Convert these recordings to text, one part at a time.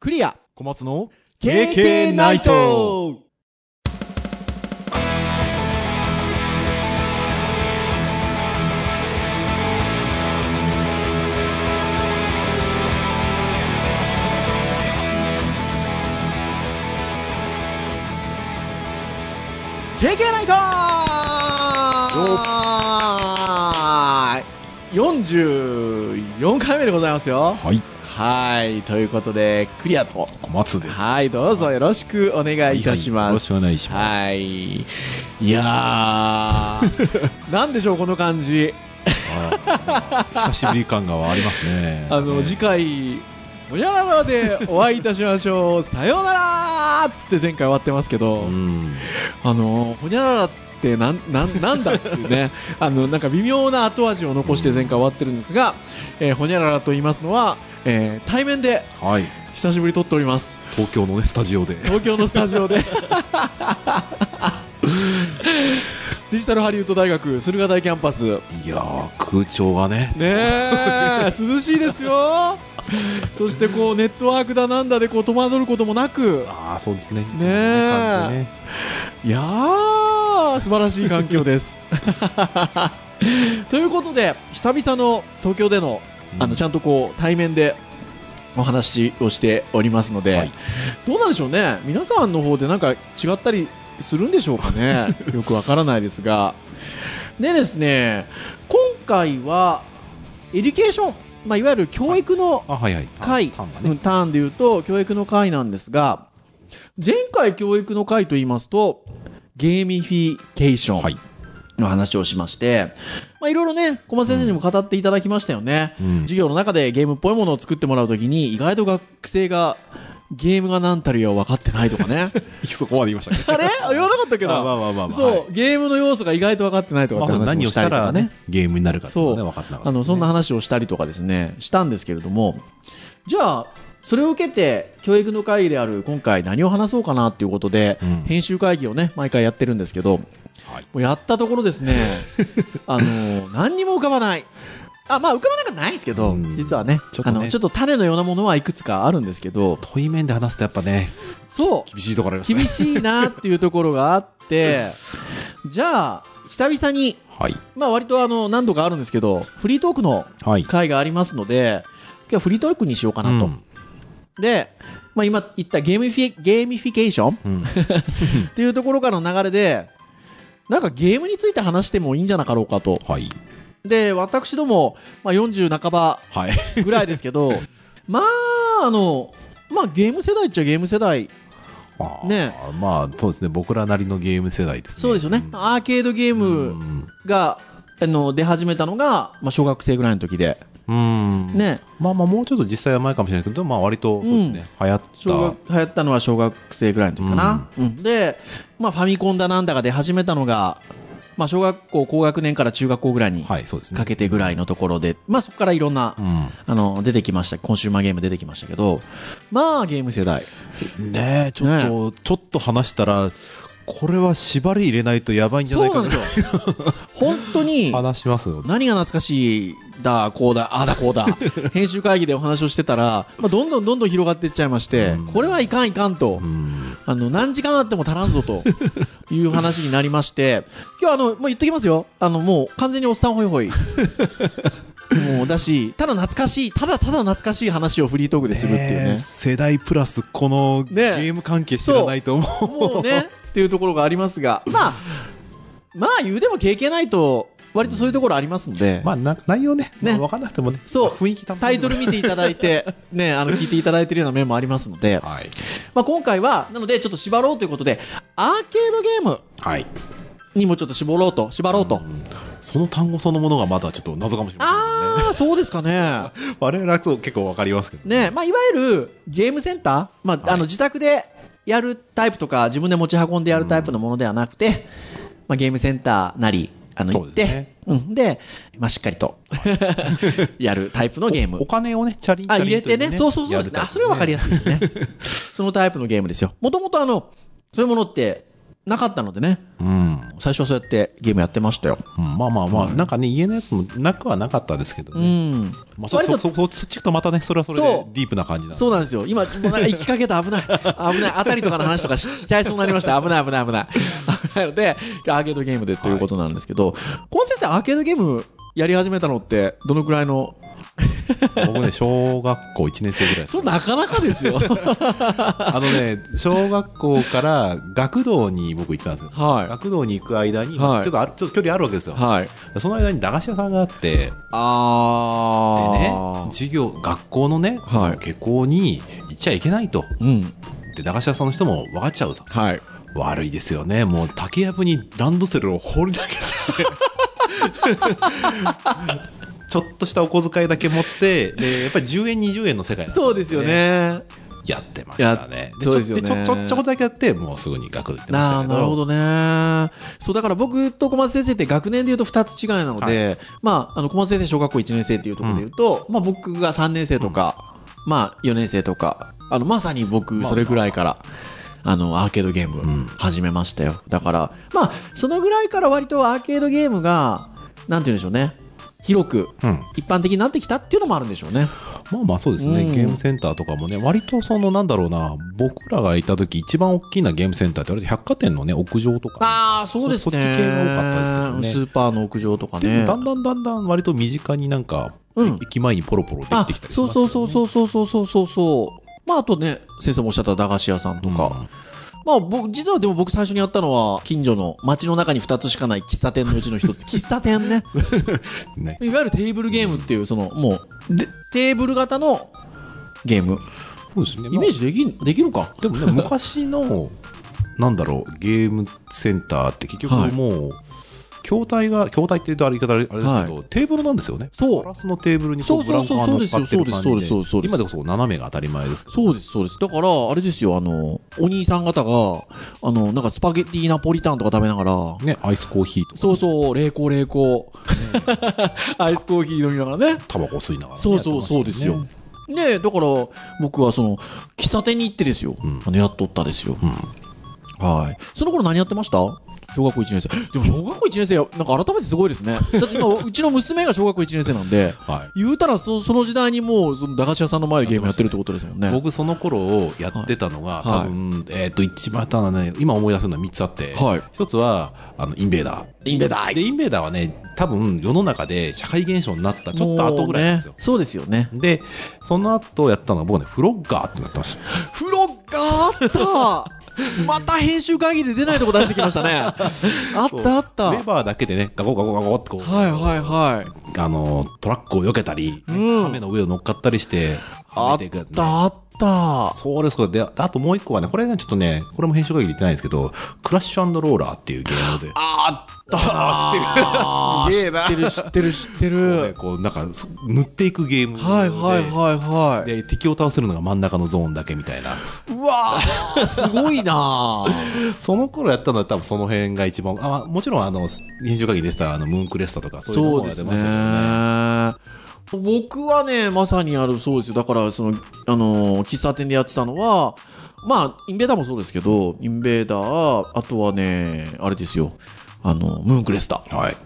クリア小松の KK ナイト経験ないと44回目でございますよはいはいということでクリアと小松ですはいどうぞよろしくお願いいたします、はいはいよろしくお願いしますはいいやー なんでしょうこの感じあー久しぶり感がありますね あのね次回ほにゃららでお会いいたしましょう さようならっつって前回終わってますけど、うんあのほにゃららってなんなんなんだっていうね あのなんか微妙な後味を残して前回終わってるんですが、えーほにゃららと言いますのは、えー対面ではい久しぶりに撮っております東京のねスタ ジオで東京のスタジオでデジタルハリウッド大学駿河台キャンパスいやー空調がねねえ涼しいですよそしてこうネットワークだなんだでこう戸惑うこともなくああそうですねねえいやー素晴らしい環境ですということで久々の東京でのあのちゃんとこう対面でお話をしておりますので、はいどうなんでしょうね皆さんの方でなんか違ったりするんでしょうかねよくわからないですがでですね今回はエデュケーション、まあ、いわゆる教育のあはいはい会、タンがうねんターンで言うと教育の会なんですが前回教育の会と言いますとゲーミフィケーション、はい の話をしまして、まあ、いろいろね、小松先生にも語っていただきましたよね。うん授業の中でゲームっぽいものを作ってもらうときに、意外と学生が、ゲームが何たるや分かってないとかね。そこまで言いました あれ言わなかったけど。まあまあまあまあまあそう、はいゲームの要素が意外と分かってないとかってまあ話何ををししたりたとからねね。ゲームになるかっていうそうのはね分かってなかったあのそんな話をしたりとかですねしたんですけれどもじゃあそれを受けて教育の会議である今回何を話そうかなっていうことで、うん編集会議をね毎回やってるんですけど、はいもうやったところです ねあの何にも浮かばないあまあ浮かばなくはないですけど、うん実はねちょっとあねのちょっと種のようなものはいくつかあるんですけど対面で話すとやっぱねそう厳しいところありますね厳しいなっていうところがあってじゃあ久々にはいまあ割とあの何度かあるんですけどフリートークのはい会がありますので、今日はフリートークにしようかなと。うんで、まあ、今言ったゲーミフィゲーミフィケーションうんっていうところからの流れで、なんかゲームについて話してもいいんじゃなかろうかと。はいで、私ども、まあ、40半ば はいぐらいですけ ど、まあ、あの、まあ、ゲーム世代っちゃゲーム世代。あーねまあそうですね僕らなりのゲーム世代ですねそうですよね。アーケードゲームが、あの、出始めたのが、まあ、小学生ぐらいの時で。うん、うんね。まあまあもうちょっと実際は前かもしれないけどまあ割とそうですね、流行っ小学流行ったのは小学生ぐらいの時かな、うんで、まあ、ファミコンだなんだが出始めたのが、まあ、小学校高学年から中学校ぐらいにたはいそうですねかけてぐらいのところで、まあ、そこからいろんな、うあの出てきましたコンシューマーゲーム出てきましたけどまあゲーム世代ん、ねえちょっと、ちょっと話したらこれは縛り入れないとやばいんじゃそないうなかんなですよ本当 に話しますよ何が懐かしいだこうだああだこ うだ編集会議でお話をしてたら、まあ、どんどんどんどん広がっていっちゃいまして、うんこれはいかんいかんと、うんあの、何時間あっても足らんぞ という話になりまして、今日あの、もう言っときますよ。あの、もう完全におっさんホイ ホイ。もうだし、ただ懐かしい、ただただ懐かしい話をフリートークでするっていうね。ねえ世代プラスこのゲねえーム関係知らないと思うもうね、っていうところがありますが、まあ、まあ言うでも経験ないと、割とそういうところありますので、まあな内容ねねまあ、分かんなくてもねそうまあ雰囲気楽しんでタイトル見ていただいて、ね、あの、聞いていただいてるような面もありますので、はいまあ今回は、なのでちょっと縛ろうということで、アーケードゲームはいにもちょっと絞ろうと、縛ろうと。その単語そのものがまだちょっと謎かもしれませんねああ、そうですかね。我々はそう結構わかりますけどねまあ、いわゆるゲームセンター、まああの自宅でやるタイプとか自分で持ち運んでやるタイプのものではなくて、まあ、ゲームセンターなりあのそ行うっですて、ねうん、で、まあ、しっかりとやるタイプのゲームお金をねチャリンチあャ入リれンといてうねそうそうそうですねあそれは分かりやるやすいですねそのタイプのゲームですよもともとあのそういうものってなかったのでね、うん最初はそうやってゲームやってましたよ。うんまあまあまあ、なんかね、家のやつもなくはなかったですけどうね。ん。まあ、そ、割とそ、そ、そっちとまたね、それはそれそでうディープな感じなんでそうなんですよ。今、もうなんか行きかけた危ない。危ない。あたりとかの話とかししちゃいそうになりました。危ない危ない危ない。危ないので、アーケードゲームでということなんですけど、コン先生、アーケードゲームやり始めたのって、どのくらいの僕ね、小学校1年生ぐらいです。そう、なかなかですよ。あのね、小学校から学童に僕行ってたんですよ。は学童に行く間に、はいちょっとあるちょっと距離あるわけですよい。。はい。その間に駄菓子屋さんがあって、であねー。、授業、学校のね、はい下校に行っちゃいけないと。うん。で、駄菓子屋さんの人も分かっちゃうと。はい。悪いですよね。もう竹やぶにランドセルを放り投げて。ちょっとしたお小遣いだけ持って、で、やっぱり10円、20円の世界なんそうですよ。ね。やってましたね。そうですよねちょちょちょちょこっとだけやって、もうすぐに学校行ってましなたあけど。なるほどね。そう、だから僕と小松先生って学年で言うと2つ違いなので、まあ、あの、小松先生小学校1年生っていうところで言うと、まあ僕が3年生とか、まあ4年生とか、あの、まさに僕、まあそれぐらいから、あの、アーケードゲーんム始めましたよ。だから、まあ、そのぐらいから割とアーケードゲームが、なんて言うんでしょうね。広く、うん。一般的になってきたっていうのもあるんでしょうね。まあまあそうですね、うんゲームセンターとかもね、割とそのなんだろうな、僕らがいた時一番大きなゲームセンターってあれ百貨店のね、屋上とか。ああ、そうですね。そっち系が多かったですけどねスーパーの屋上とかでね。もだんだんだんだん割と身近になんか、うん駅前にポロポロ出てきたりしそまうすよそうねそうそうそうそうそうそうそうまああとね先生もおっしゃった駄菓子屋さんとか、うんまあ僕実はでも僕最初にやったのは近所の街の中に2つしかない喫茶店のうちの1つ喫茶店ねね。いわゆるテーブルゲームっていうそのもうでテーブル型のゲームそうですね。イメージできんできるかでもね、昔の、なんだろう、ゲームセンターって結局はいもう、筐体が、筐体って言うとあれ言い方あれあれですけど、はテーブルなんですよね。そうガラスのテーブルにこそううブラそうンコそうが乗っかってる感そうじですそうですそうですそうですで今でこそ斜めが当たり前ですけど。そうですそうですだからあれですよあのお兄さん方があのなんかスパゲッティナポリタンとか食べながらね、アイスコーヒーとそうそう冷凍冷凍 アイスコーヒー飲みながらねタバコを吸いながらね、そうそうやってましたねそうですよ。ねえ、だから僕はその喫茶店に行ってですよ、あのやっとったですよ、はいその頃何やってました小学校1年生でも小学校1年生なんか改めてすごいです ねだって今うちの娘が小学校1年生なんではい。言うたらそその時代にもうその駄菓子屋さんの前でゲームやってるってことですもんね僕その頃やってたのが、はい多分、えっ、と一番ただね今思い出すのは3つあって、はい一つはあのインベーダーインベーダーでインベーダーはね多分世の中で社会現象になったちょっと後ぐらいなんですよ、もうねそうですよねでその後やったのが僕ねフロッガーってなってましたフロッガーあった また編集会議で出ないとこ出してきましたねあったあったレバーだけでねガゴガゴガゴってこう、はいはいはいあのトラックを避けたり、ねうん亀の上を乗っかったりしてあはっめていくやつねたあったそうですそうですであともう一個はねこれねちょっとねこれも編集会議で言ってないんですけどクラッシュローラーっていうゲームであったあー知ってるすげえな知ってる、知ってる、知ってこうねる。こうなんかそ塗っていくゲームではいはいはいはい。で敵を倒せるのが真ん中のゾーンだけみた いなうわーすごいなーその頃やったのは多分その辺が一番あもちろんあの編集会議でしたあのムーンクレスタと かそういうのそうがで出すましたけどねね。僕はね、まさにあるそうですよ。だから、その、あのー喫茶店でやってたのは、まあ、インベーダーもそうですけど、インベーダー、あとはね、あれですよ。あの、ムーンクレスタ。はい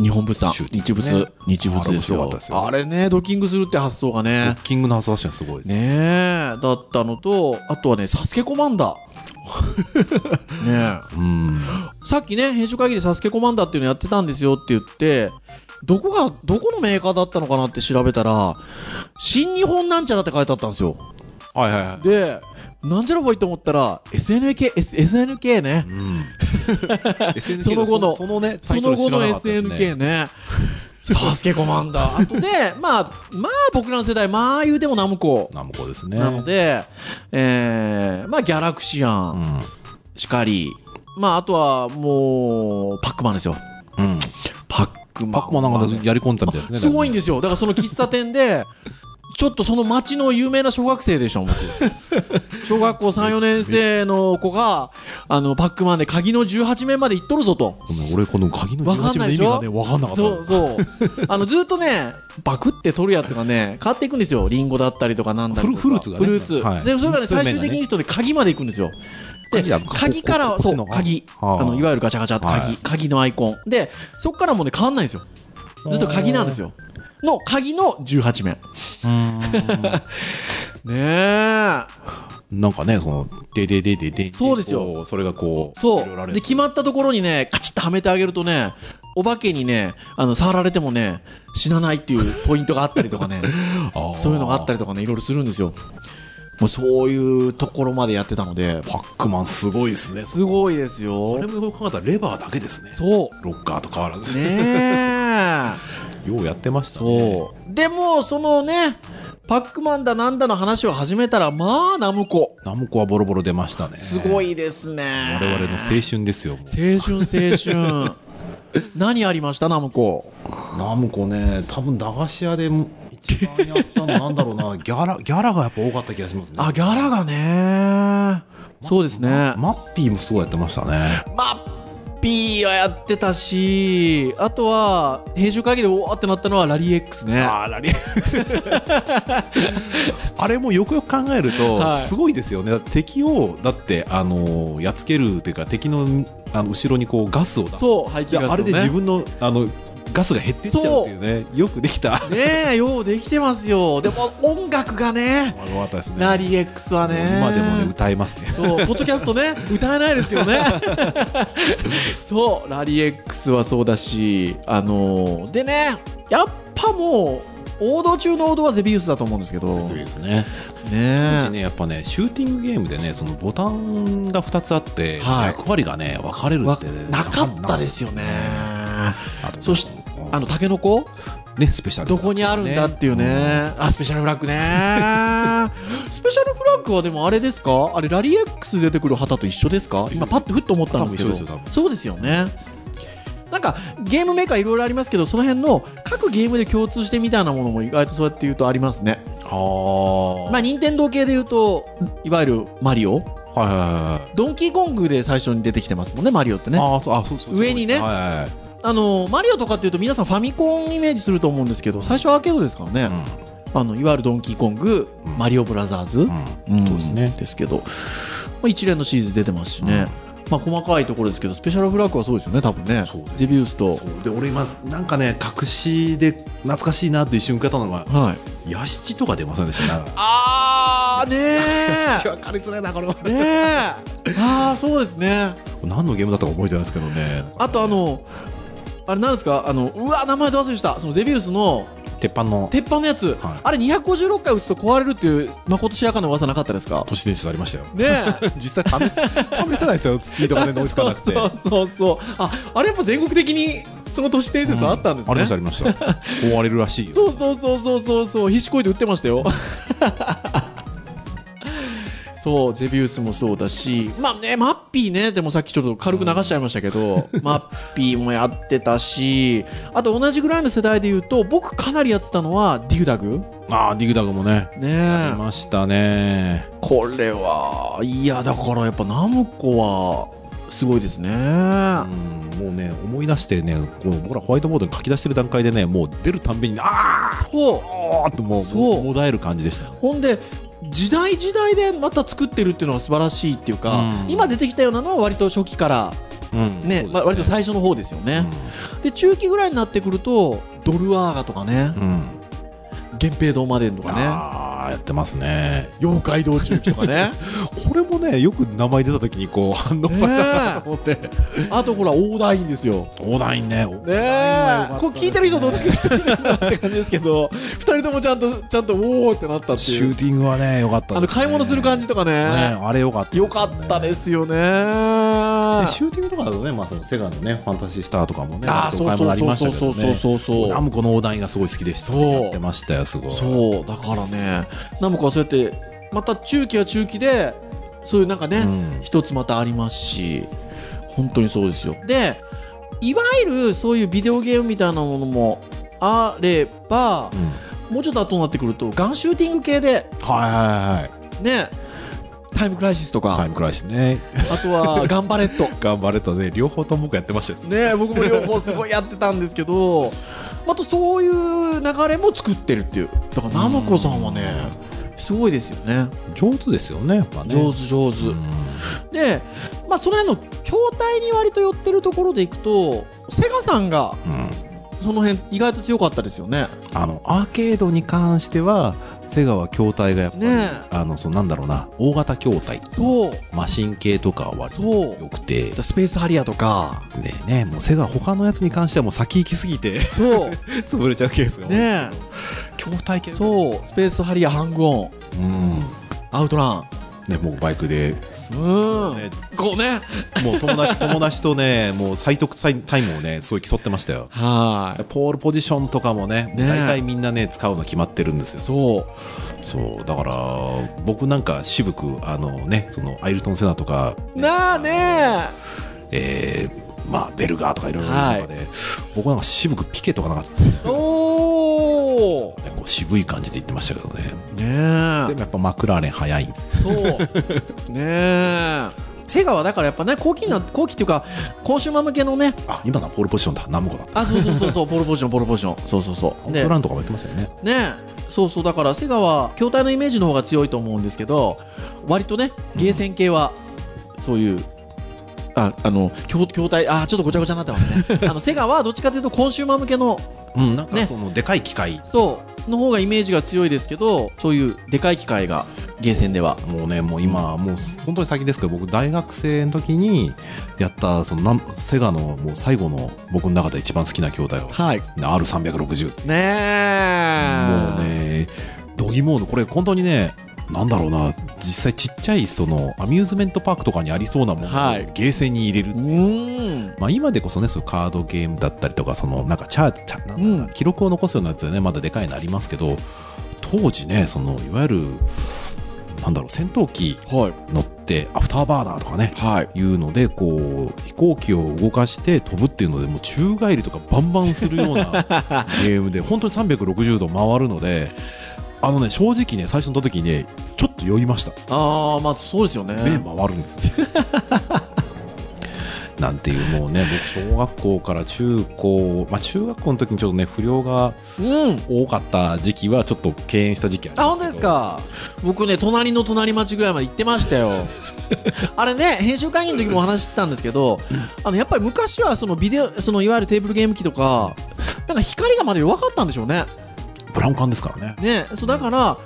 日本物産。シューティ日ングね物。日物ですあれ面白かよったです。よあれね、ドッキングするって発想がドね。ッキングの発想はすごいですねねえだったのとあとはね「サスケコマン ダー」ねえうんさっきね編集会議で「サスケコマンダー」っていうのやってたんですよって言ってどこがどこのメーカーだったのかなって調べたら「新日本なんちゃら」って書いてあったんですよはいはい はいでなんちゃらほいと思ったら SNK, S SNK ねうん SNK その後のそのねその後のタイ SNK ねサスケコマンダ ーあとでまあまあ僕らの世代まあ言うてもナムコトル知らなかったですねナムなのコですねで、えー、まあギャラクシアン、うんしかり、まあ、あとはもう、パックマンですよ。うんパックマン。パックマンなんかねやり込んでたみたいですねすごいんでですよ。だからその喫茶店で、ちょっとその町 の有名な小学生でしょ、僕小学校3、4年生の子が、あの、パックマンで鍵の18面まで行っとるぞと。ごめん、俺この鍵のわかん18ないので意し味ょがね、わかんなかった。そうそう。あの、ずっとね、バクって取るやつがね、変わっていくんですよ。リンゴだったりとかなんだりとか。フルフルーツがねフルーツ。はいで、それがね、フルー最ツ面がね終的に行くとね、鍵まで行くんですよ。で鍵だ、鍵からこは、ここそっちうの、鍵。はああの、いわゆるガチャガチャっては鍵。い鍵のアイコン。で、そこからもうね、変わんないんですよ。ずっと鍵なんですよ。の、鍵の18面。 ねえ。なんかね、その、ででででで、そうですよこ。それがこう、そいろいろあう。るで、やつ決まったところにね、カチッとはめてあげるとね、お化けにね、あの、触られてもね、死なないっていうポイントがあったりとかね、 あーそういうのがあったりとかね、いろいろするんですよ。もうそういうところまでやってたので、パックマンすごいですね。すごいですこれよ。もよく考えたらレバーだけですね。そロッカーと変わらう。ず。 ねえ。ようやってましたね。そう。でも、そのね、パックマンだなんだの話を始めたら、まあ、ナムコ。ナムコはボロボロ出ましたね。すごい。いですね我。々の青春ですよ。もう青春、青 春。何ありましたナムコ。ナムコね、多分駄菓子屋でも一番やったのなんだろう な、ギャラ、ギャラがやっぱ多かった気がしますね。あ、ギャラがね。そうですね。マッピーもすごいやってましたね。マッピーはやってたし、あとは、編集会議でおーってなったのはラリー X ね。あラリ あれもよくよく考えるとはいすごいですよね、だって敵をだってあのーやっつけるというか敵のあの後ろにこうガスを出すそう、排気いやガスのね。あれで自分のあのガスが減ってっちゃうっていうねよくで きたねえ、ようできてますよ。でも、音楽がね、よかったですねラリー X はね。今でもね歌えますねそう、ポッドキャストね、歌えないですけどね。そう、ラリー X はそうだし、あのーでね、やっぱもう、王道中の王道はゼビウスだと思うんですけど、ねですねうちねやっぱねシューティングゲームでねそのボタンが2つあって、はい役割がね分かれるわって、ね、なかったですよね。あとそして、あの、タケノコねスペシャルどこにあるんだっていうね。あ、スペシャルフラッグね。 スペシャルフラッグはでもあれですかあれ、ラリー X 出てくる旗と一緒ですか今、パッとふっと思ったんですけど。多分一緒ですよ多分そうですよね。なんかゲームメーカーいろいろありますけどその辺の各ゲームで共通してみたいなものも意外とそうやって言うとありますねああまあ任天堂系で言うといわゆるマリオはいはいはいはいドンキーコングで最初に出てきてますもんねマリオってねあーそうあそうそうそう上にねはいはいはいあのマリオとかっていうと皆さんファミコンイメージすると思うんですけど最初はアーケードですからね、あのいわゆるドンキーコング、んマリオブラザーズ、うんんそうですねですけど、まあ、一連のシリーズ出てますしね、まあ、細かいところですけどスペシャルフラッグはそうですよね多分ねそうですゼビウスとそうで俺今なんかね隠しで懐かしいなって一瞬受けたのがはいヤシチとか出ませんでしたねあーね分かりづ らいなこれはえ ねえああそうですね何のゲームだったか覚えてないですけどねあとあのあれなんですかあのうわ名前ど忘れしたそのゼビウスの鉄板の鉄板のやつ、はいあれ256回打つと壊れるっていうまことしやかな噂なかったですか都市伝説ありましたよねえ 実際試せ試せない ですよスピードがね追いつかなくてそうそうそうああれやっぱ全国的にその都市伝説はあったんですあね、りましたありました壊れるらしいよそうそうそうそうそうそう必死こいて売ってましたよそうゼビウスもそうだしまあねマッピーねでもさっきちょっと軽く流しちゃいましたけ ど、マッピーもやってたしあと同じぐらいの世代で言うと僕かなりやってたのはディグダグああディグダグもねねあえりましたねこれはいやだからやっぱナムコはすごいですね、うんもうね思い出してねこう僕らホワイトボードに書き出してる段階でねもう出るたんびにあーそうあーってもうそうもだえる感じでしたよほんで時代時代でまた作ってるっていうのは素晴らしいっていうか、うん今出てきたようなのは割と初期からうねんそうですまあ割と最初の方ですよね、で中期ぐらいになってくるとドルアーガとかねうんうん源平堂マデンとかねああやってますね妖怪道中記とか ねこれもねよく名前出た時にこう反応 ねえがなと思ってあとほらオーダーインですよオーダインねオーねダインは良かったでえすねこれ聞いてる人どれだけ知ってる人なんだって感じですけ ど二人ともちゃんとちゃんとおおってなったってシいュうーティングはね良かったですねあの買い物する感じとかねねあれ良かったですよねかったですよねでシューティングとかだとねまあそのセガのねファンタジースターとかもねあーお買い物ありましたけどそうそうねそうそうそうナムコのオーダインがすごい好きでしたそうやってましたよすごいそうだからねナムコはそうやってまた中期は中期でそういうなんかね、うん一つまたありますし本当にそうですよでいわゆるそういうビデオゲームみたいなものもあればうんもうちょっと後になってくるとガンシューティング系ではいはいはいねタイムクライシスとタかイ、ムクライシスね。あとは、ガンバレット。頑張れたね。両方とも僕やってましたよね。ね、僕も両方すごいやってたんですけど、あとそういう流れも作ってるっていう。だから、ナムコさんはね、すごいですよね。上手ですよね、やっぱね。上手上手。うんで、まあ、その辺の筐体に割と寄ってるところでいくと、セガさんがうんその辺意外と強かったですよね。あのアーケードに関してはセガは筐体がやっぱり、ねえあのそうなんだろうな大型筐体そう。マシン系とかは割とそう良くてスペースハリアとか。ねえねえもうセガ他のやつに関してはもう先行きすぎて そう。潰れちゃうケースが多い ね筐体系うそう。スペースハリア、ハングオン、んアウトラねもうバイクでン。うんねこうね。もう友達友達とねもう最速タイタイムをねすごい競ってましたよはポールポジションとかもねねえ大体みんなね使うの決まってるんですよい。そう。そうだから僕なんか渋くあのねそのアイルトン・セナとかなあねえーまあ、ベルガーとかいろいろはないんかね、僕なんか渋くピケとかなんか、おおねこう渋い感じで言ってましたけどね。ねでもやっぱマクラーレン早いんです。そうねえセガはだからやっぱね後期な後期っていうかコンシューマー向けのねあ、今のはポールポジションだ。ナムコだ。あそうそう そうそうポールポジションポールポジションそうそうそうオでトランとかも言ってましたよね。ねそうそうだからセガは筐体のイメージの方が強いと思うんですけど割とねゲーセン系はそういうああの筐筐体あーちょっとごちゃごちゃになってます ねあのセガはどっちかというとコンシューマー向けのうん、なんねかその、でかい機械。そうの方がイメージが強いですけどそういうでかい機械がゲーセンではもうね、もう今、もう本当に先ですけど、僕大学生の時にやった、そのナム、セガのもう最後の僕の中で一番好きな筐体は、はい R360。ねえもうね、度肝を抜くこれ本当にね、なんだろうな、実際ちっちゃいそのアミューズメントパークとかにありそうなものをはいゲーセンに入れる。うーんまあ、今でこそね、そういうカードゲームだったりとか、そのなんかチャーチャなんだろうなうん記録を残すようなやつはね、まだでかいのありますけど、当時ね、そのいわゆる、なんだろう、戦闘機はい乗って、アフターバーナーとかね、はいいうのでこう飛行機を動かして飛ぶっていうのでもう宙返りとかバンバンするよう なゲームで本当に360度回るのであのね正直ね最初の時にねちょっと酔いましたああまあそうですよね目回る んですよなんていうもうね僕小学校から中高、まあ、中学校の時にちょっとね不良がうん多かった時期はちょっと敬遠した時期ありあま本当すけどですか僕ね隣の隣町ぐらいまで行ってました よあれね編集会議の時もお話ししてたんですけどあのやっぱり昔はそのビデオそのいわゆるテーブルゲーム機とかなんか光がまだ弱かったんでしょうねブラウン管ですからねねそうだから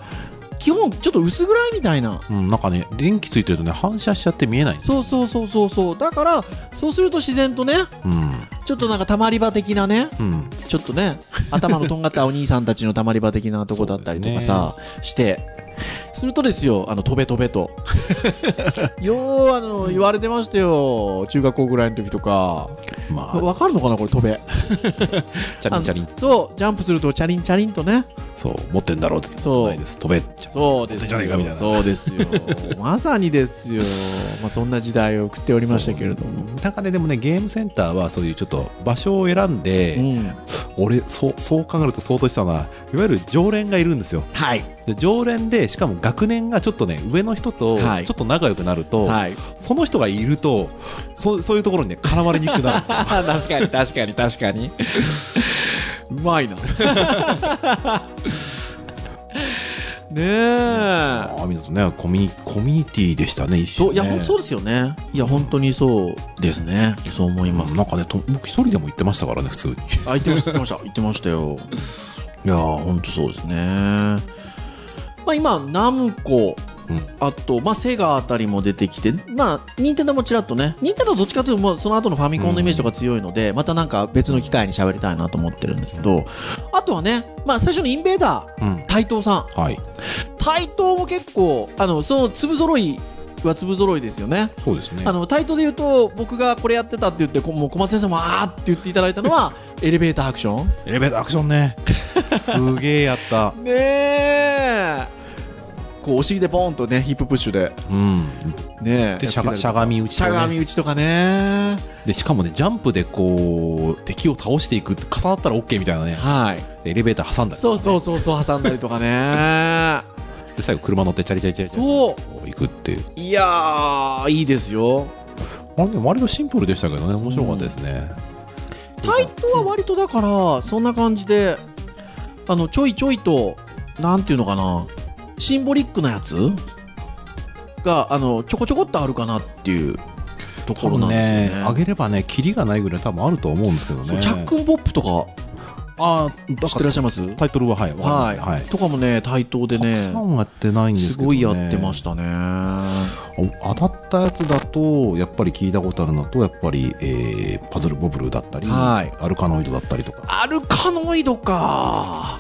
基本ちょっと薄暗いみたいなうん、なんかね電気ついてるとね反射しちゃって見えないんですよ、そうそうそうそうそうだからそうすると自然とねうちょっとなんかたまり場的なねんうん、ちょっとね、頭のとんがったお兄さんたちのたまり場的なとこだったりとかさ、して、するとですよ、あの、とべとべと。 よう、あの、言われてましたよ、中学校ぐらいの時とか。まあわかるのかな、これ、とべ。チャリンチャリンあのそう、ジャンプすると、チャリンチャリンとね。そう持ってんだろうってそうないです飛べそうですじよゃねえかみたいなそうですよ。まさにですよ。まあ、そんな時代を送っておりましたけれども。なんかねでもねゲームセンターはそういうちょっと場所を選んうで、ん。俺そうそう考えると相当したのはいわゆる常連がいるんですよはい。で常連でしかも学年がちょっとね上の人とちはょいっと仲良くなると、はい。その人がいるとそそういうところにね絡まれにくくなるん ですよ確かに、確かに、確かに。うまいな。ねえ。ああみんなとねコミュニコミュニティでしたね一緒そうねいや、ほんそうですよね。いや、本当にそうですね。そう思いまうんす。なんかねと僕一人でも行ってましたからね普通にあ、言ってました、言ってました。言ってましたよ。いやー、本当そうですね。まあ、今、ナムコ、うんあと、まあ、セガあたりも出てきて、まあ、任天堂もちらっとね、任天堂どっちかというと、もうその後のファミコンのイメージとか強いので、またなんか別の機会に喋りたいなと思ってるんですけど、あとはね、まあ、最初のインベーダー、うん台頭さん。はい台頭も結構、あの、その粒揃いは粒揃いですよね。そうですねあの対等で言うと僕がこれやってたって言ってこもう小松先生もあーって言っていただいたの はエレベーターアクションエレベーターアクション ねすげえやったねえこうお尻でポンとねヒッププッシュでうんねえでしゃやがっつけたりとかしゃがみ打ちしゃとがかみね打ちとかねでしかもねジャンプでこう敵を倒していくって重なったら OK みたいなねはいエレベーター挟んだりそうそううそうそう挟んだりとかねで最後車乗ってチャリチャリチャリチャリそうこう行く っていういやーいいですよあれね割とシンプルでしたけどね面白かったですね、タイトは割とだからそんな感じであのちょいちょいとなんていうのかなシンボリックなやつがあのちょこちょこっとあるかなっていうとこ多ろな分んでねすよね上げればねキリがないぐらい多分あると思うんですけどそうねチャックンポップとかああ知ってらっしゃいますタイトルははいわかはりい、ますねはいとかもね対等でたねくさんはやってないんですすけど、ね、ごいやってましたねお当たったやつだとやっぱり聞いたことあるのとやっぱり、えーパズルボブルだったり、はいアルカノイドだったりとか、アルカノイドか、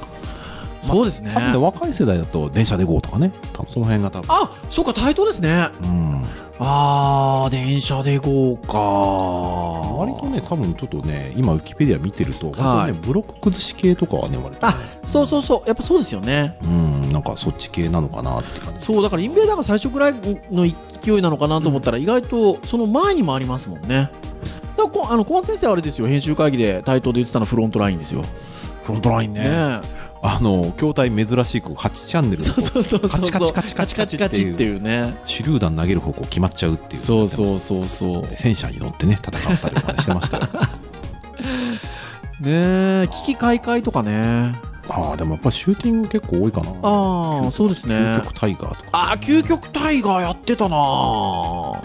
そうですね多分ね若い世代だと電車で GO とかね多分その辺が多分あそうか対等ですねうんあー電車で行こうか割とね多分ちょっとね今ウィキペディア見てると、はい割とねブロック崩し系とかはね割とねそうそうそうやっぱそうですよねうんなんかそっち系なのかなって感じそうだからインベーダーが最初ぐらいの勢いなのかなと思ったら意外とその前にもありますもんねだからこあの小松先生はあれですよ編集会議で対等で言ってたのフロントラインですよ、ねフロントラインえ、あの筐体珍しいこう8チャンネルのそうそうそうそうカチカチカチカチカチカチってういうね手榴弾投げる方向決まっちゃうっていうそうそうそうそう戦車に乗ってね戦ったりとかねしてましたよねえ危機開会とかねああでもやっぱシューティング結構多いかなああそうですね究極タイガーとかああ究極タイガーやってたなあ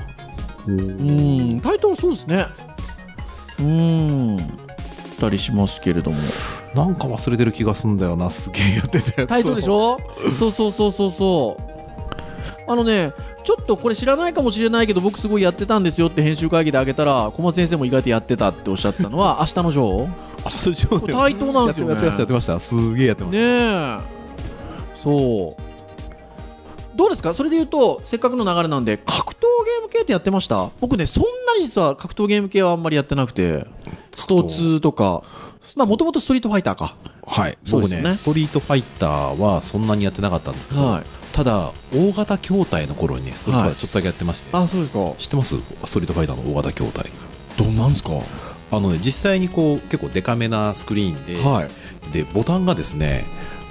うんタイトはそうですねうんたりしますけれどもなんか忘れてる気がすんだよなすげえやってたやつタイトでしょょそうそうそうそうそうあのねちょっとこれ知らないかもしれないけど僕すごいやってたんですよって編集会議であげたら小松先生も意外とやってたっておっしゃってたのは「明日のジョーあそうでしょ」これ対等なんですよねやってましたやってましたすげえやってましねえそうどうですかそれで言うとせっかくの流れなんで格闘ゲーム系ってやってました僕ねそんなに実は格闘ゲーム系はあんまりやってなくてスト2とかまあもともとストリートファイターかたはいそうで僕すよねねストリートファイターはそんなにやってなかったんですけどはいただ大型筐体の頃にねストリートファイターちょっとだけやってましてあそうですか知ってますストリートファイターの大型筐体どんなんですかはあのね実際にこう結構デカめなスクリーンで、いでボタンがですね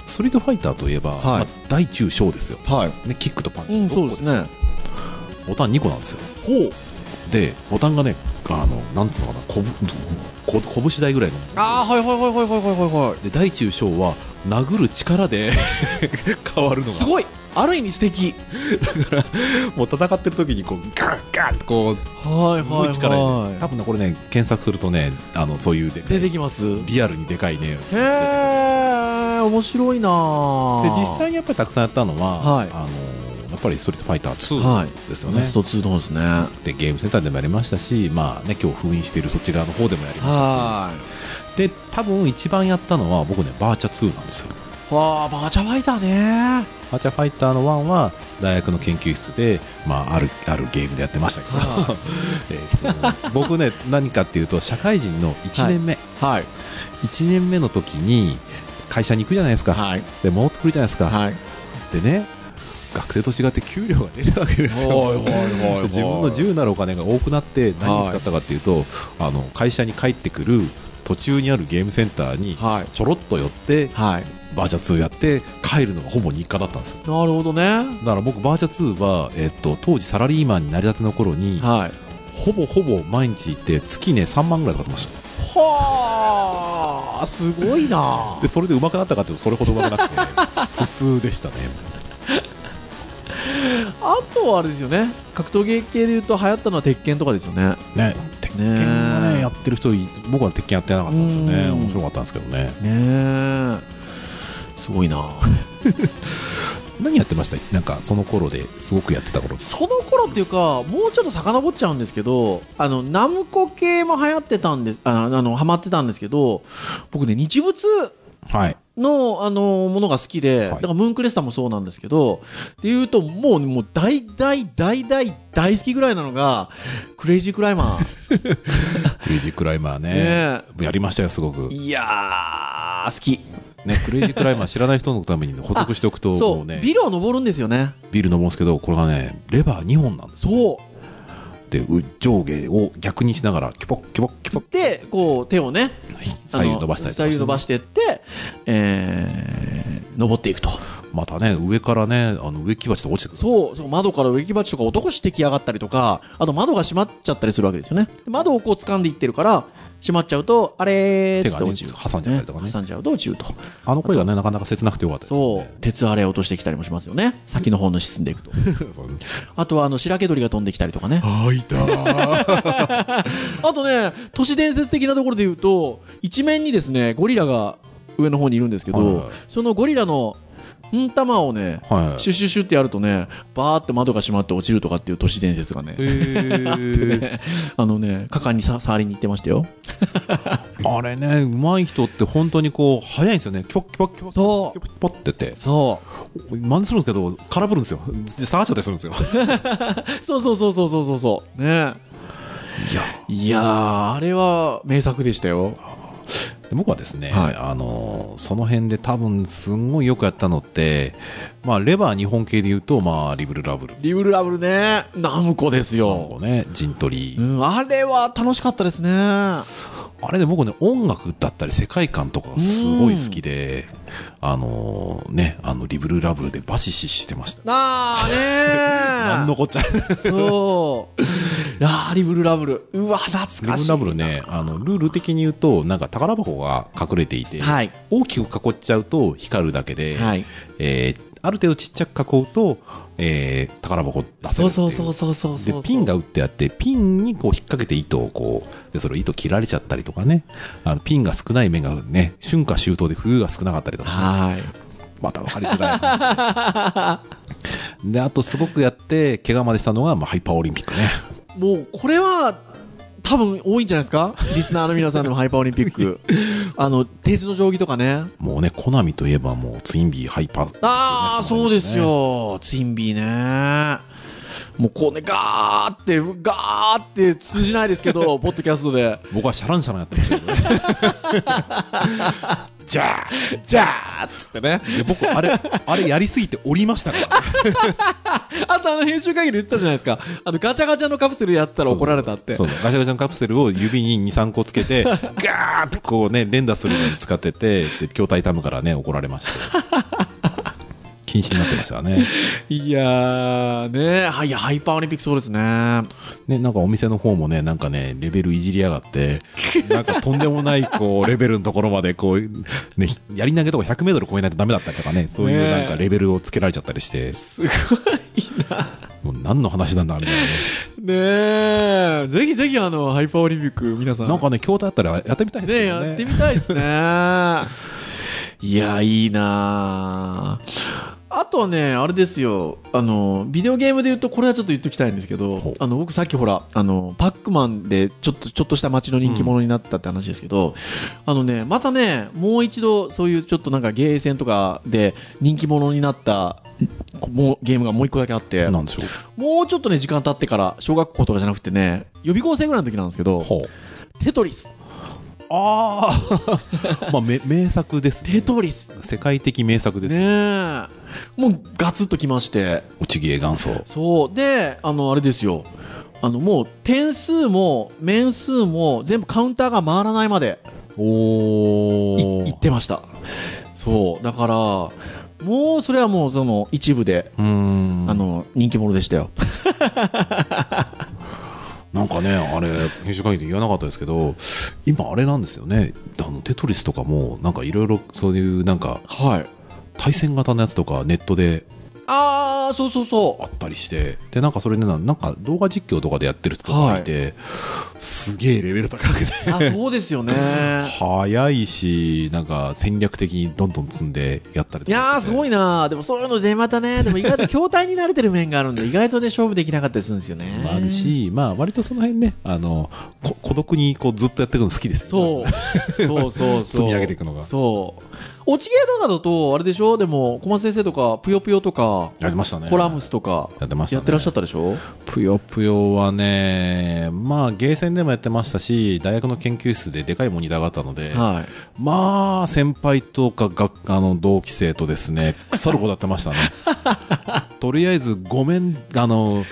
ストリートファイターといえば、はいまあ大中小ですよ、はいね、キックとパンチうんそう6で個すねボタン2個なんですよほうでボタンがねあのなんつうのかなこぶこ拳台ぐらいのああはいはいはいはいはいはいはで大中小は殴る力で 変わるのいすがごいある意味素敵もう戦ってる時にこうガンガンってこうはいすごはいい力で、は多分ねこれね検索するとねあのそういうでい出てきますへリアルにでかいねえ面白いなでー実際にやっぱりたくさんやったのは、はいあのやっぱり「ストリートファイターは2」いですよね、スト2の方ですねでゲームセンターでもやりましたし、まあね、今日封印しているそっち側の方でもやりましたはいしで多分一番やったのは僕ねバーチャ2なんですよわあバーチャファイターねバーチャファイターの1は大学の研究室で、まあ、あるあるゲームでやってましたけど、 えーと僕ね何かっていうと社会人の1年目、はい一1年目の時に会社に行くじゃないですか、はいで戻ってくるじゃないですか、はいでね学生と違って給料が出るわけですよで 自分の自由なるお金が多くなって何に使ったかっていうと、あの会社に帰ってくる途中にあるゲームセンターにはいちょろっと寄ってはいバーチャ2やって帰るのがほぼ日課だったんですよなるほどねだから僕バーチャ2は、えっと当時サラリーマンになりたての頃にはいほぼほぼ毎日行って月ね3万ぐらい使ってましたはあすごい なでそれで上手くなったかっていうとそれほど上手く なくて普通でしたねあとはあれですよね格闘ゲー系でいうと流行ったのは鉄拳とかですよねね鉄拳はねねやってる人い僕は鉄拳やってなかったんですよねうん面白かったんですけどねねえすごいな何やってましたなんかその頃ですごくやってた頃その頃っていうかもうちょっと遡っちゃうんですけどあのナムコ系も流行ってたんですああのハマってたんですけど僕ね日物はいの、あのものが好きで、はいだからムーンクレスターもそうなんですけど、で言うと、もう、もう、大大大大大好きぐらいなのが、クレイジークライマー。クレイジークライマ ーねねやりましたよすごく、ね、いやー、好き。クレイジークライマー知らない人のためにね、補足しておくとそもう、うねビルを登るんですよね。ビール飲むんですけどこれがねレバー2本なんですよそでう上下を逆にしながらキュポッキュポッキュポッう。で、こう、手をね、左右伸ばしたりとか左右伸ばしてって、えー、登っていくと。てまたね、上からね、あの植木鉢とか落ちてくる。そうそう窓から植木鉢とか男してきやがったりとかあと窓が閉まっちゃったりするわけですよねで窓をこう掴んでいってるから閉まっちゃうとあれーっ手つっがてね落ちる、挟んじゃったりとかね挟んじゃうと落ちるとあの声がね、なかなか切なくてよかったですそねう。鉄あれ落としてきたりもしますよね先の方の進んでいくとそうね。あとはあの白毛鳥が飛んできたりとかねあ、いたー。あとね都市伝説的なところで言うと一面にですねゴリラが上の方にいるんですけど、はいはいそのゴリラのん玉をね はい。シュッシュッシュッってやるとねバーって窓が閉まって落ちるとかっていう都市伝説がねへ あのね果敢にさ触りに行ってましたよあれね、うまい人って本当にこう、早いんですよね。キョッキョッキョッキョそッうキョッキョッキョッってて。そう真似するんですけど、空振るんですよ。で下がっちゃったりするんですよ。そうそうそうそうそうそうそうねいやいやーあれは名作でしたよで僕はですね、はいあのーその辺で多分すんごいよくやったのって、まあ、レバー日本系で言うと、まあ、リブルラブルリブルラブルねナムコですよ、のね陣取り、うん、あれは楽しかったですねはあれね僕ね音楽だったり世界観とかがすごい好きで、あのーねあのリブルラブルでバシシしてましたあね なんのこっちゃリそう。ラーリブルラブル。うわ、懐ブかしルい。ラブルねあのルール的に言うとなんか宝箱が隠れていて、はい。大きく囲っちゃうと光るだけで、はい。えーある程度ちっちゃく囲うと、えー宝箱出せるっていそうそうそうそうそうそう。でピンが打ってあってピンにこう引っ掛けて糸をこうでそれを糸切られちゃったりとかねあのピンが少ない面がね春夏秋冬で冬が少なかったりとかはい。また分かりづらい話であとすごくやって怪我までしたのが、まあ、ハイパーオリンピックねもう、これは、多分多いんじゃないです かリスナーの皆さんでもハイパーオリンピッ ク。あの、定時の定規とかね。もうねコナミといえばもうツインビーハイパーああ、なそんうですよ。ツインビーね。もうこうね、ガーって、ガーって通じないですけ ど、ポッドキャストで。僕はシャランシャランやってましたけどねじゃあじゃあっつってね。で僕あれあれやりすぎて折りましたからあとあの編集会議で言ってたじゃないですか。あのガチャガチャのカプセルでやったら怒られたって。そうガチャガチャのカプセルを指に23個つ けてガーッとこうね連打するのに使っててで筐体タムからね怒られました禁止になってましたねいやーねはいいやハイパーオリンピックそうですねねなんかお店の方もねなんかねレベルいじりやがってなんかとんでもないこ うレベルのところまでこう、ね、やり投げとか 100m 超えないとダメだったりとかねそういうねなんかレベルをつけられちゃったりしてすごいもう何の話なんだあれだよねねえぜひぜひあのハイパーオリンピック皆さんなんかね筐体あったらやってみたいですねよねやってみたいですね いやいいなああとはねあれですよあのビデオゲームで言うとこれはちょっと言っときたいんですけほうどあの僕さっきほらあのパックマンでちょっとちょっとした街の人気者になったって話ですけど、あのねまたねもう一度そういうちょっとなんかゲーセンとかで人気者になったこもうゲームがもう一個だけあってなんでしょもうちょっとね時間経ってから小学校とかじゃなくてね予備校生ぐらいの時なんですけうどほうテトリスああ まあめ名作ですねテトリス世界的名作です、ねえもうガツッときまして落ち芸元祖そうであのあれですよあのもう点数も面数も全部カウンターが回らないまでいおいってましたそうだからもうそれはもうその一部で、うーんあの人気者でしたよなんかねあれ編集会議で言わなかったですけど今あれなんですよねあのテトリスとかもなんかいろいろそういうなんかはい対戦型のやつとかネットでああそうそうそあ ったりしてでなんかそれでななんか動画実況とかでやってる人とかいて、すげえレベル高くてうあそうです よね早いしなんか戦略的にどんどん積んでやったりいとかやーしてすごいなーでもそういうのでまたねでも意外と筐体に慣れてる面があるんで意外とね勝負できなかったりするんですよねもあるし、まあ、割とその辺ね、あの、こ孤独にこうずっとやっていくの好きですよそね。うそうそうそう積み上げていくのがそう落ちゲーとかだとあれでしょでも小松先生とかぷよぷよとかやってましたね。コラムスとかやってましたねやってらっしゃったでしょぷよぷよはね、まあ、ゲーセンでもやってましたし、大学の研究室ででかいモニターがあったので、はいまあ、先輩とかがあの同期生とですね、腐るほどやってまし たね。とりあえずごめん、あの、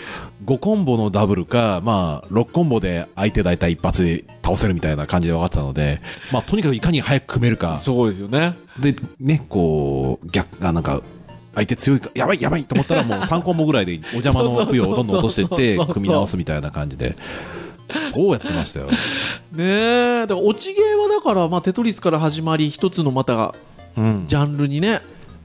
5コンボのダブルか、まあ、6コンボで相手大体一発で倒せるみたいな感じで分かってたので、まあ、とにかくいかに早く組めるか。そうですよねでねこう逆あなんか相手強いかやばいやばいと思った らもう3コンボぐらいでお邪魔の供養をどんどん落としていっそてうそうそうそう組み直すみたいな感じでそうやってましたよねえだから落ちゲーはだから、まあ、テトリスから始まり一つのまたうんジャンルにね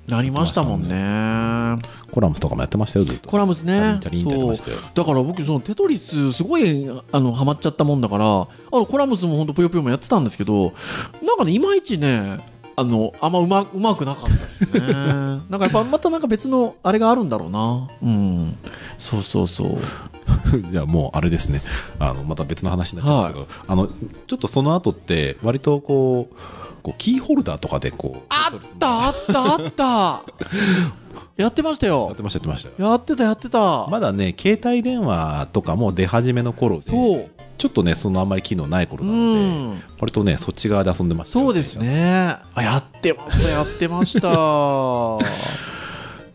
なりましたもんねコラムスとかもやってましたよずっとコラムスチャリねンチャリンってやってましたよだから僕そのテトリスすごいあのハマっちゃったもんだからあのコラムスも本当ぷよぷよもやってたんですけどなんかねいまいちねあのあんまうまうまくなかったです ねなんかやっぱまたなんか別のあれがあるんだろうなうんそうそうそう じゃあもうあれですねあのまた別の話になっちゃうんですけど、あのちょっとその後って割とこうこうキーホルダーとかでこうあったあったあったやってましたやっよてましたやってましたよやってたやってた、まだね携帯電話とかも出始めの頃でそうちょっとねそのあんまり機能ない頃うなのでん割とねそっち側で遊んでましたよそうですねあやってましたやってま した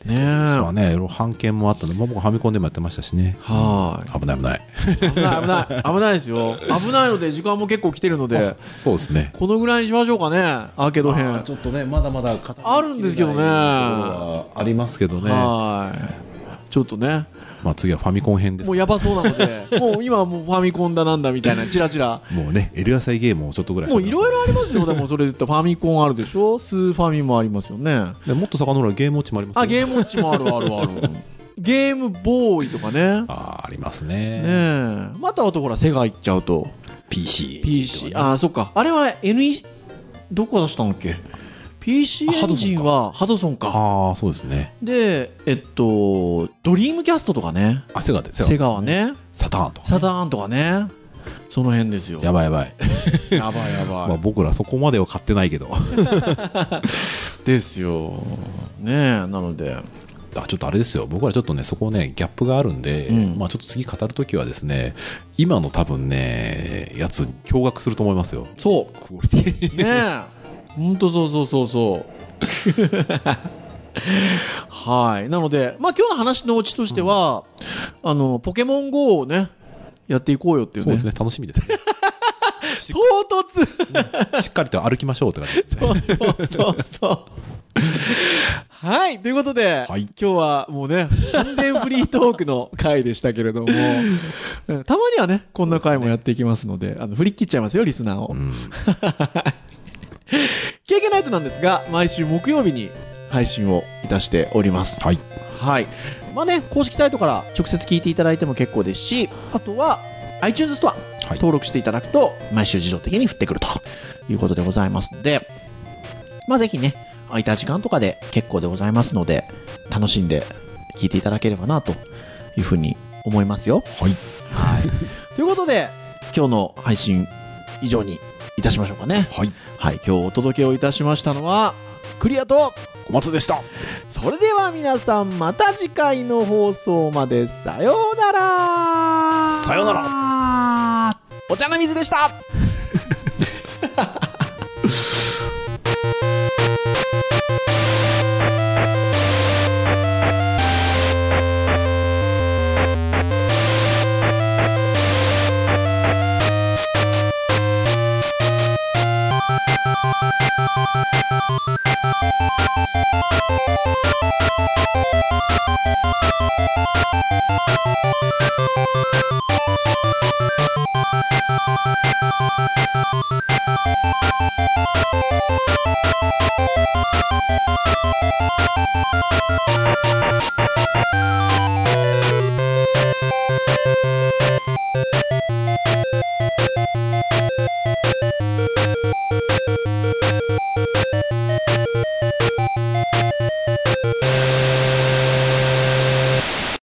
ねそうえはねいろいろ版権もあったのでまあ僕ファミコンでもやってましたしねは危ない危ないい危ない危ない危ないですよ危ないので時間も結構来てるのでそうですねこのぐらいにしましょうかねアーケード編まあちょっとねまだまだあるんですけどね語りきれないところはありますけどねはいちょっとねまあ次はファミコン編ですもうやばそうなの でもう今はもうファミコンだなんだみたいなチラチラもうね、エルアサイゲームをちょっとぐらいもういろいろろあります よでもそれで言ったらファミコンあるでしょスーファミもありますよねでもっと遡るゲームウォッチもありますよあゲームウォッチもあるある あるゲームボーイとかねあーありますねねえまたあとほらセガ行っちゃうと PC PC とかねああそっかあれは NE どこが出したんだっけ PC あエハドンソンかジンはハドソンかあーそうですねでえっとドリームキャストとかねあセガでセガセガはねサターンとかサターンとかねその辺ですよやばいやばい、やばいやばまあ、僕らそこまでは買ってないけどですよねえなのであちょっとあれですよ僕らちょっとねそこねギャップがあるんで、うんまあちょっと次語るときはですね今の多分ねやつ驚愕すると思いますよそクオリティうね えほんとそうそうそうそうはいなのでまあ今日の話のオチとしては、あのポケモン GO をねやっていこうよっていうそうねですね楽しみ ですね唐突しっかりと歩きましょうって感じですねそうそうそう。はい。ということで、はい今日はもうね、完全フリートークの回でしたけれど も、うんたまにはね、こんな回もやっていきますので、あの振り切っちゃいますよ、リスナーを。うん 経験ナイトなんですが、毎週木曜日に配信をいたしております。はいはい。まあね、公式サイトから直接聞いていただいても結構ですし、あとは iTunes ストアはい登録していただくと、毎週自動的に降ってくるということでございますので、まあぜひね、空いた時間とかで結構でございますので、楽しんで聞いていただければなというふうに思いますよ。はいということで、今日の配信以上にいたしましょうかね。はいはい、今日お届けをいたしましたのは、クリアと、小松でしたそれでは皆さんまた次回の放送までさようならさようならお茶の水でした「